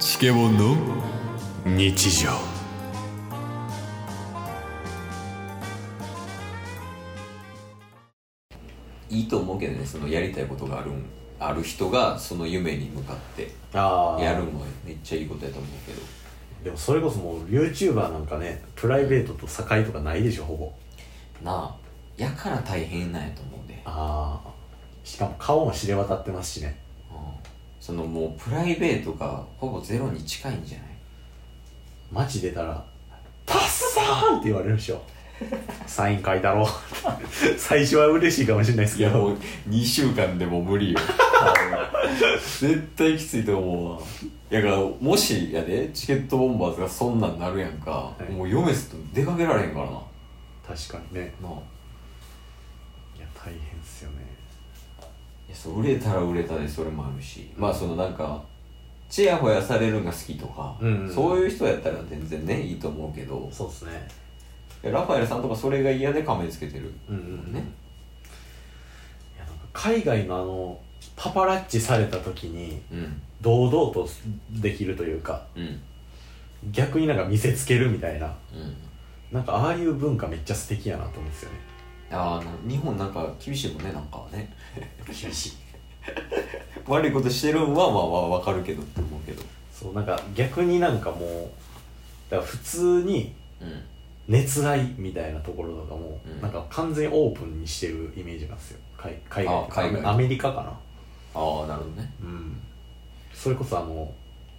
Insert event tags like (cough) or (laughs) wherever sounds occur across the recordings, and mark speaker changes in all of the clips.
Speaker 1: チケボンの日常
Speaker 2: いいと思うけどねそのやりたいことがあるんある人がその夢に向かって
Speaker 3: ああ
Speaker 2: やるのはめっちゃいいことやと思うけど
Speaker 3: でもそれこそもう YouTuber なんかねプライベートと境とかないでしょほぼ
Speaker 2: なあやから大変なんやと思うで、
Speaker 3: ああしかも顔も知れ渡ってますしね
Speaker 2: うんそのもうプライベートがほぼゼロに近いんじゃない
Speaker 3: 街出たら「パッサーン!」って言われるでしょ (laughs) サイン書いたろ (laughs) 最初は嬉しいかもしれないですけど
Speaker 2: う2週間でも無理よ (laughs) 絶対きついと思うわやからもしやでチケットボンバーズがそんなんなるやんか、
Speaker 3: い
Speaker 2: もう嫁すと出かけられへんからなな
Speaker 3: 確かにね
Speaker 2: あ
Speaker 3: いや大変っすよね
Speaker 2: いやそう売れたら売れたでそれもあるしまあそのなんかちやほやされるんが好きとか、
Speaker 3: うんうん
Speaker 2: そういう人やったら全然ねいいと思うけど
Speaker 3: そうっすね
Speaker 2: いやラファエルさんとかそれが嫌で仮面つけてる
Speaker 3: うんうん
Speaker 2: ね
Speaker 3: いやなんか海外のあのパパラッチされた時に
Speaker 2: うん
Speaker 3: 堂々とできるというか
Speaker 2: うんうん
Speaker 3: 逆になんか見せつけるみたいななんかああいう文化めっちゃ素敵やなと思うんですよね
Speaker 2: ああ日本なんか厳しいもんねなんかね
Speaker 3: (laughs) 厳しい
Speaker 2: (laughs) 悪いことしてるんはまあまあわかるけどって思うけど
Speaker 3: そうなんか逆になんかもうだから普通に
Speaker 2: うん
Speaker 3: 熱愛みたいなところとかも、
Speaker 2: うん
Speaker 3: なんか完全オープンにしてるイメージなんですよ海海外
Speaker 2: あ海外
Speaker 3: アメリカか
Speaker 2: ああなるほどね
Speaker 3: なうんそれこそあの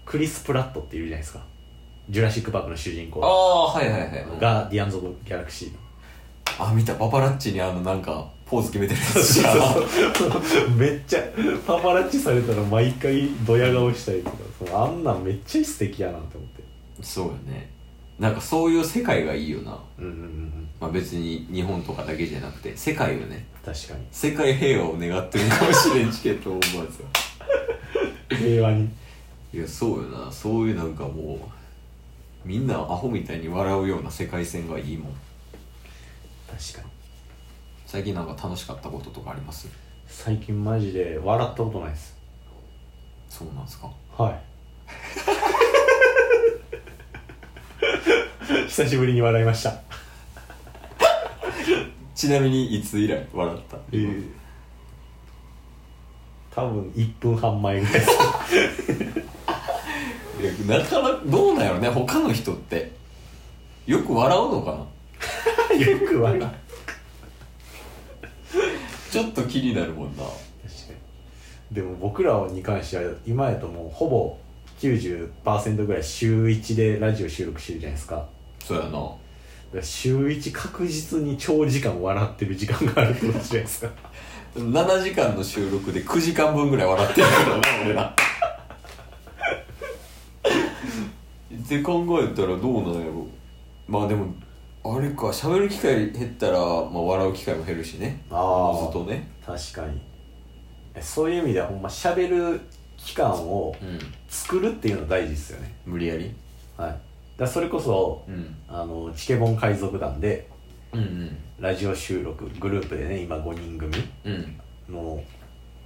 Speaker 3: クリス・プラットっているじゃないですか「ジュラシック・パーク」の主人
Speaker 2: あ
Speaker 3: 公
Speaker 2: あはいはいはい、うん
Speaker 3: がディアンズ・オブ・ギャラクシーの
Speaker 2: あ見たパパラッチにあのなんかポーズ決めてるやつ
Speaker 3: そう
Speaker 2: じゃん
Speaker 3: そうそう (laughs) めっちゃパパラッチされたら毎回ドヤ顔したりとかそのあんなんめっちゃ素敵やなって思って
Speaker 2: そうよねなんかそういう世界がいいよな
Speaker 3: うんうんうんうん
Speaker 2: まあ、別に日本とかだけじゃなくて世界をね
Speaker 3: 確かに
Speaker 2: 世界平和を願ってるかもしれんチケット思わず
Speaker 3: 平和に
Speaker 2: (laughs) いやそうよなそういうなんかもうみんなアホみたいに笑うような世界線がいいもん
Speaker 3: 確かに
Speaker 2: 最近なんか楽しかったこととかあります
Speaker 3: 最近マジで笑ったことないです
Speaker 2: そうなんですか
Speaker 3: はい (laughs) 久しぶりに笑いました
Speaker 2: ちなみにいつ以来笑った、
Speaker 3: 多分1分半前ぐらいです
Speaker 2: いやなかなかどうなんやろね他の人ってよく笑うのかな
Speaker 3: (laughs) よく笑う確か
Speaker 2: ちょっと気になるもんな
Speaker 3: にでも僕らに関しては今やともうほぼ90%ぐらい週1でラジオ収録してるじゃないですかだか
Speaker 2: そうやな
Speaker 3: ら週1確実に長時間笑ってる時間があるってことじゃないですか
Speaker 2: 7時間の収録で9時間分ぐらい笑ってるからな俺らって考えたらどうなんやろまあでもあれか喋る機会減ったら、まあ、笑う機会も減るしね
Speaker 3: あ
Speaker 2: ずっとね
Speaker 3: 確かにえそういう意味ではほんましゃべる期間を
Speaker 2: うん
Speaker 3: 作るっていうの大事ですよね
Speaker 2: 無理やり
Speaker 3: はいだからそれこそ
Speaker 2: うん
Speaker 3: あのチケボン海賊団で
Speaker 2: うんうん
Speaker 3: ラジオ収録グループでね今5人組
Speaker 2: うん
Speaker 3: の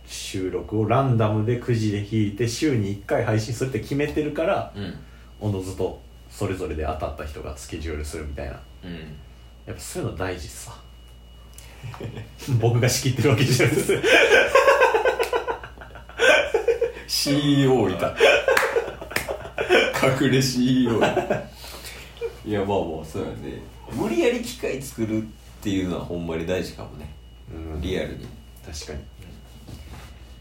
Speaker 3: 収録をランダムでくじで引いて週に1回配信するって決めてるから
Speaker 2: うん
Speaker 3: おのずとそれぞれで当たった人がスケジュールするみたいな
Speaker 2: うん
Speaker 3: やっぱそういうの大事っすわ僕が仕切ってるわけじゃないです
Speaker 2: CEO いた隠れ CEO いやまあまあそうやね無理やり機会作るっていうのはほんまに大事かもね
Speaker 3: うん
Speaker 2: リアルに
Speaker 3: 確かに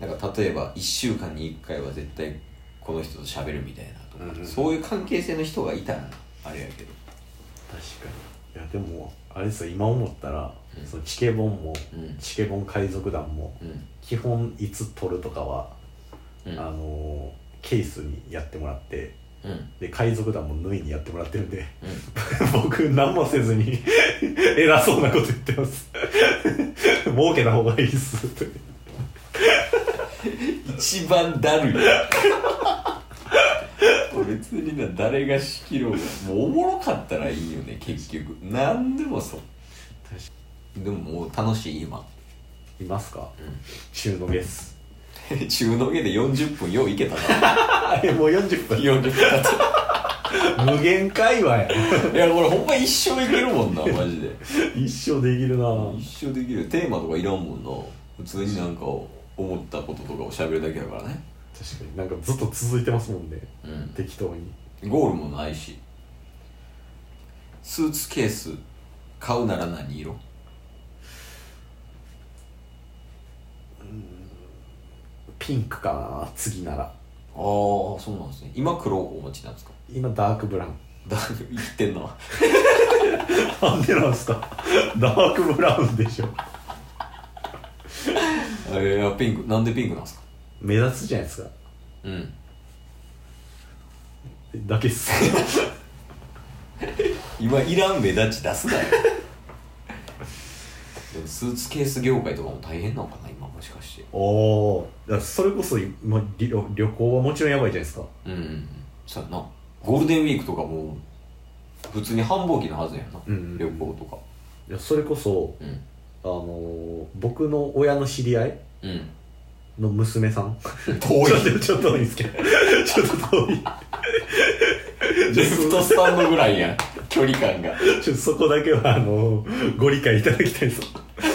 Speaker 2: なんか例えば1週間に1回は絶対この人と喋るみたいなとか、
Speaker 3: うんうん
Speaker 2: そういう関係性の人がいたらあれやけど
Speaker 3: 確かにいやでもあれですよ今思ったら、
Speaker 2: うん
Speaker 3: そのチケボンも、
Speaker 2: うん
Speaker 3: チケボン海賊団も
Speaker 2: うん
Speaker 3: 基本いつ撮るとかは、
Speaker 2: うん
Speaker 3: あのーケースにやってもらって
Speaker 2: うん
Speaker 3: で海賊団も縫いにやってもらってるんで
Speaker 2: うん
Speaker 3: (laughs) 僕何もせずに (laughs) 偉そうなこと言ってます (laughs) 儲けた方がいいっすって
Speaker 2: 一番だるい別にな誰が仕切ろうがもうおもろかったらいいよね結局何でもそうでももう楽しい今 (laughs)
Speaker 3: いますか、
Speaker 2: ん
Speaker 3: 中のゲス
Speaker 2: 自分の家で40分よういけたな
Speaker 3: あれもう40分
Speaker 2: 40分経っ
Speaker 3: 無限会話や
Speaker 2: たいや俺ほんま一生いけるもんなマジで
Speaker 3: (laughs) 一生できるな
Speaker 2: 一生できるテーマとかいらんもんな普通になんか思ったこととかを喋るだけだからね
Speaker 3: 確かになんかずっと続いてますもんね
Speaker 2: う
Speaker 3: 適当
Speaker 2: ん
Speaker 3: に
Speaker 2: ゴールもないしスーツケース買うなら何色
Speaker 3: ピンクかな次なら
Speaker 2: ああそうなんですね今黒お持ちなんですか
Speaker 3: 今ダークブラウン
Speaker 2: だいぶ生きてん (laughs) な
Speaker 3: なんでなんすか (laughs) ダークブラウンでしょ
Speaker 2: えー、ピンクなんでピンクなんですか
Speaker 3: 目立つじゃないですか
Speaker 2: うん
Speaker 3: だけっす
Speaker 2: 今いらん目立ち出すなよ (laughs) でもスーツケース業界とかも大変なのかな今もしかして
Speaker 3: お (laughs) おそれこそ今り旅旅行はもちろんやばいじゃないですか
Speaker 2: うんうんうんそうやなゴールデンウィークとかもう普通に繁忙期のはずやな、
Speaker 3: うんうん
Speaker 2: 旅行とか
Speaker 3: いやそれこそ
Speaker 2: うん
Speaker 3: あのー僕の親の知り合い
Speaker 2: うん
Speaker 3: の娘さん
Speaker 2: 遠
Speaker 3: ちょっ (laughs) とちょっと遠いですけどちょっと遠い
Speaker 2: (laughs) レフトスタンドぐらいやん距離感が
Speaker 3: ちょっとそこだけはあのーご理解いただきたいです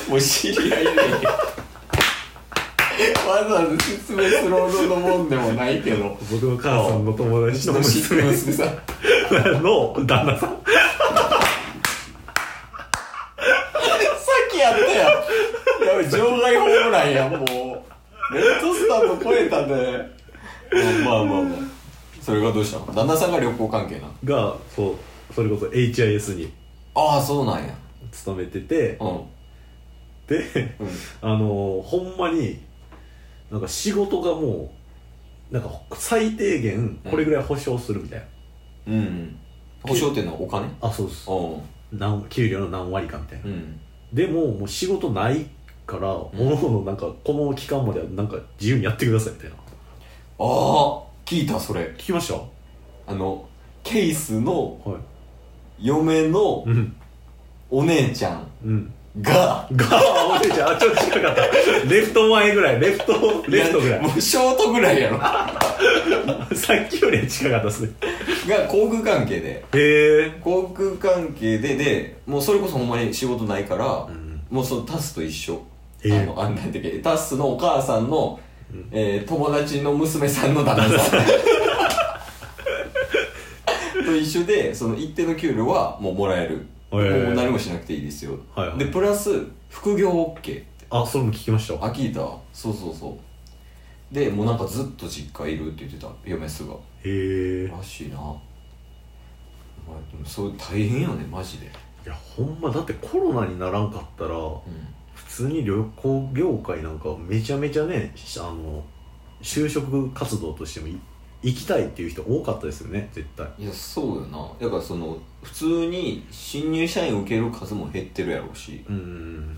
Speaker 2: もう知り合いでわざわざ説明するほどのもんでもないけど
Speaker 3: 僕の母さんの友達の娘
Speaker 2: 娘さん
Speaker 3: (laughs) の旦那さん
Speaker 2: さっきやったやん。やべ、場外ホームランやん、もう。レッドスタート超えたね。まあまあまあ。それがどうしたの旦那さんが旅行関係なの
Speaker 3: がそうそれこそ HIS に
Speaker 2: ああ、そうなんや。
Speaker 3: 勤めてて
Speaker 2: うん。
Speaker 3: で
Speaker 2: うん。
Speaker 3: あのーほんまになんか仕事がもうなんか最低限これぐらい保証するみたいな、
Speaker 2: うんうん。保証っていうのはお金
Speaker 3: あそうです
Speaker 2: う
Speaker 3: 何給料の何割かみたいな、
Speaker 2: ん。うん。
Speaker 3: でももう仕事ないから、おのおのなんかこの期間まではなんか自由にやってくださいみたいな
Speaker 2: ああ、聞いた、それ
Speaker 3: 聞。きましたは
Speaker 2: あの、ケイスの
Speaker 3: い
Speaker 2: 嫁の
Speaker 3: うん
Speaker 2: お姉ちゃん
Speaker 3: うん (laughs)
Speaker 2: が、
Speaker 3: ガーお姉ちゃんあちょっと近かったレフト前ぐらいレフトレフトぐら
Speaker 2: やもうショートぐらいやろ。 (laughs) が、
Speaker 3: いさっきよりは近かったですね
Speaker 2: 航空関係で。
Speaker 3: へえ
Speaker 2: 航空関係ででもうそれこそほんまに仕事ないから、
Speaker 3: ん
Speaker 2: もうそのタスと一緒、
Speaker 3: ええ
Speaker 2: あのあんなんだっけタスのお母さんの、えー友達の娘さんの旦那
Speaker 3: (laughs)
Speaker 2: さんと一緒でその一定の給料はもうもらえる、
Speaker 3: ええ
Speaker 2: もう何もしなくていいですよ、
Speaker 3: はいはい
Speaker 2: でプラス副業 OK って
Speaker 3: あそれも聞きました
Speaker 2: あ聞いたそうそうそうでもうなんかずっと実家いるって言ってた嫁すが
Speaker 3: へえ
Speaker 2: らしいなお前でもそう大変やねマジで
Speaker 3: いやほんまだってコロナにならんかったら
Speaker 2: う
Speaker 3: 普通に旅行業界なんかめちゃめちゃねしあの就職活動としてもい行きたいっていう人多かったですよね絶対
Speaker 2: んいやそうよなだからその普通に新入社員受ける数も減ってるやろうし
Speaker 3: うん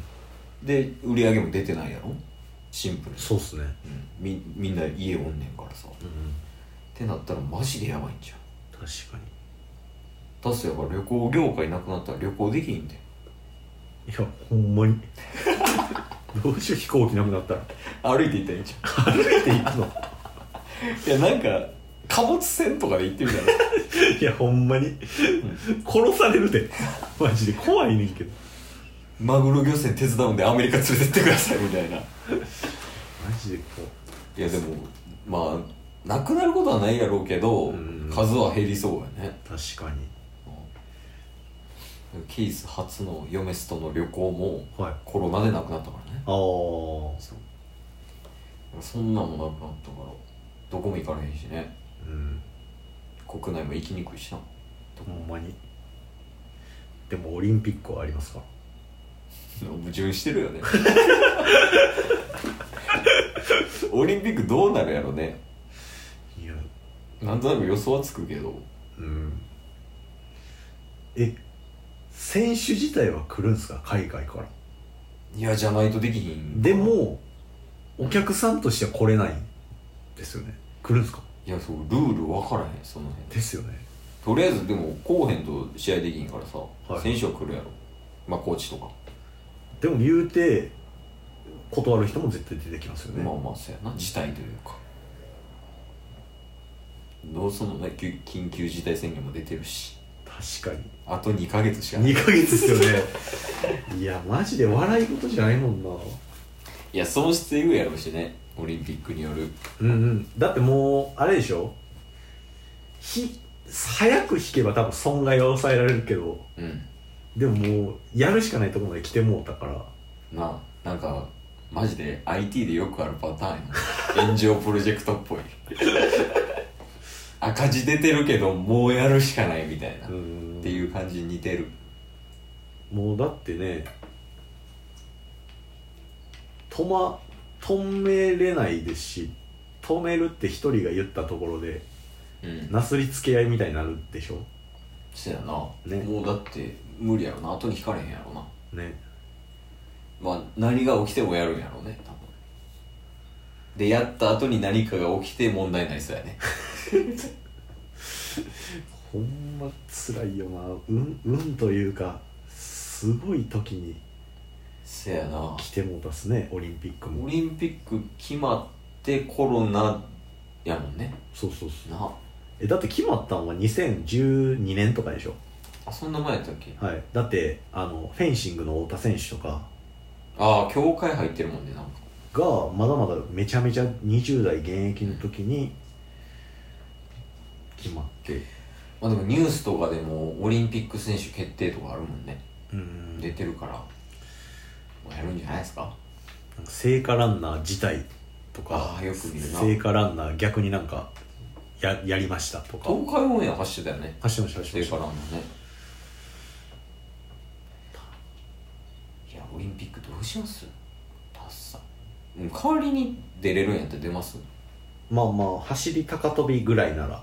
Speaker 2: で売り上げも出てないやろシンプルに、
Speaker 3: そうっすね
Speaker 2: うん、みみんな家おんねんからさ、っ
Speaker 3: うん
Speaker 2: てなったらマジでやばいんじゃん
Speaker 3: 確かに
Speaker 2: だすやから旅行業界なくなったら旅行できひんで
Speaker 3: いやほんまにどうしよう飛行機なくなったら
Speaker 2: 歩いて行ったらいいんじ
Speaker 3: 歩いて行くの
Speaker 2: ゃん (laughs) いやなんか貨物船とかで行ってみたら (laughs)
Speaker 3: いやほんまに殺されるでマジで怖いねんけど
Speaker 2: マグロ漁船手伝うんでアメリカ連れてってくださいみたいな
Speaker 3: マジでこ
Speaker 2: いやでもまあなくなることはないやろうけど、
Speaker 3: うん
Speaker 2: 数は減りそうやね
Speaker 3: う確かに
Speaker 2: ケース初の嫁スとの旅行も
Speaker 3: はい
Speaker 2: コロナでなくなったからね
Speaker 3: ああ
Speaker 2: そんなんもなくなったからどこも行かれへんしね
Speaker 3: うん
Speaker 2: 国内も行きにくいしな
Speaker 3: ほんまにでもオリンピックはありますから
Speaker 2: 矛盾して (laughs) るよねオリンピックどうなるやろね
Speaker 3: いや
Speaker 2: なんとなく予想はつくけど
Speaker 3: うんえ選手自体は来るんですか海外から
Speaker 2: いやじゃないとできひん
Speaker 3: でもお客さんとしては来れないんですよね来るんですか
Speaker 2: いやそうルール分からへんその辺
Speaker 3: ですよね
Speaker 2: とりあえずでもこうへんと試合できんからさ、
Speaker 3: はい
Speaker 2: 選手は来るやろまあコーチとか
Speaker 3: でも言うて断る人も絶対出てきますよね、
Speaker 2: まあまあそうやな事態というかどうすんのねきゅ緊急事態宣言も出てるし
Speaker 3: 確かに
Speaker 2: あと2ヶ月しかない
Speaker 3: 2ヶ月ですよね (laughs) いやマジで笑い事じゃないもんない
Speaker 2: や損失えぐいやろうしねオリンピックによる
Speaker 3: うんうんだってもうあれでしょひ早く引けば多分損害は抑えられるけど
Speaker 2: うん
Speaker 3: でももうやるしかないところまで来てもうたから
Speaker 2: なあなんかマジで IT でよくあるパターンやな炎上プロジェクトっ (laughs) ぽい赤字出てるけどもうやるしかないみたいな、っ
Speaker 3: ん
Speaker 2: ていう感じに似てる
Speaker 3: もうだってね止ま止めれないですし止めるって一人が言ったところで
Speaker 2: うん
Speaker 3: なすりつけ合いみたいになるでしょ
Speaker 2: そうやな、
Speaker 3: ね
Speaker 2: もうだって無理やろな後に引かれへんやろな
Speaker 3: ね
Speaker 2: まあ何が起きてもやるんやろうね多分でやった後に何かが起きて問題になりそうやね
Speaker 3: ほんま辛いよなうんうんというかすごい時に
Speaker 2: せやな
Speaker 3: 来てもうたっすねオリンピック
Speaker 2: オ
Speaker 3: も
Speaker 2: リンピック決まってコロナやもんね
Speaker 3: そうそうそう
Speaker 2: な
Speaker 3: えだって決まったのは2012年とかでしょ
Speaker 2: あそんな前やったっけ
Speaker 3: はいだってあのフェンシングの太田選手とか
Speaker 2: ああ教会入ってるもんねなんか
Speaker 3: がまだまだめちゃめちゃ20代現役の時に決まって
Speaker 2: まあでもニュースとかでもオリンピック選手決定とかあるもんね
Speaker 3: うん
Speaker 2: 出てるからもうやるんじゃないですか
Speaker 3: なんか聖火ランナー自体とか
Speaker 2: あーよく見るな
Speaker 3: 聖火ランナー逆になんかややりましたとか
Speaker 2: 東海オンエア走ってたよね
Speaker 3: 走ってました走って
Speaker 2: 聖
Speaker 3: ま
Speaker 2: 火
Speaker 3: した
Speaker 2: ランナーねいやオリンピックどうしますタッサうん代わりに出れるんやったら出ます
Speaker 3: まあまあ走り高跳びぐらいなら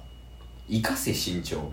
Speaker 2: いかせ身長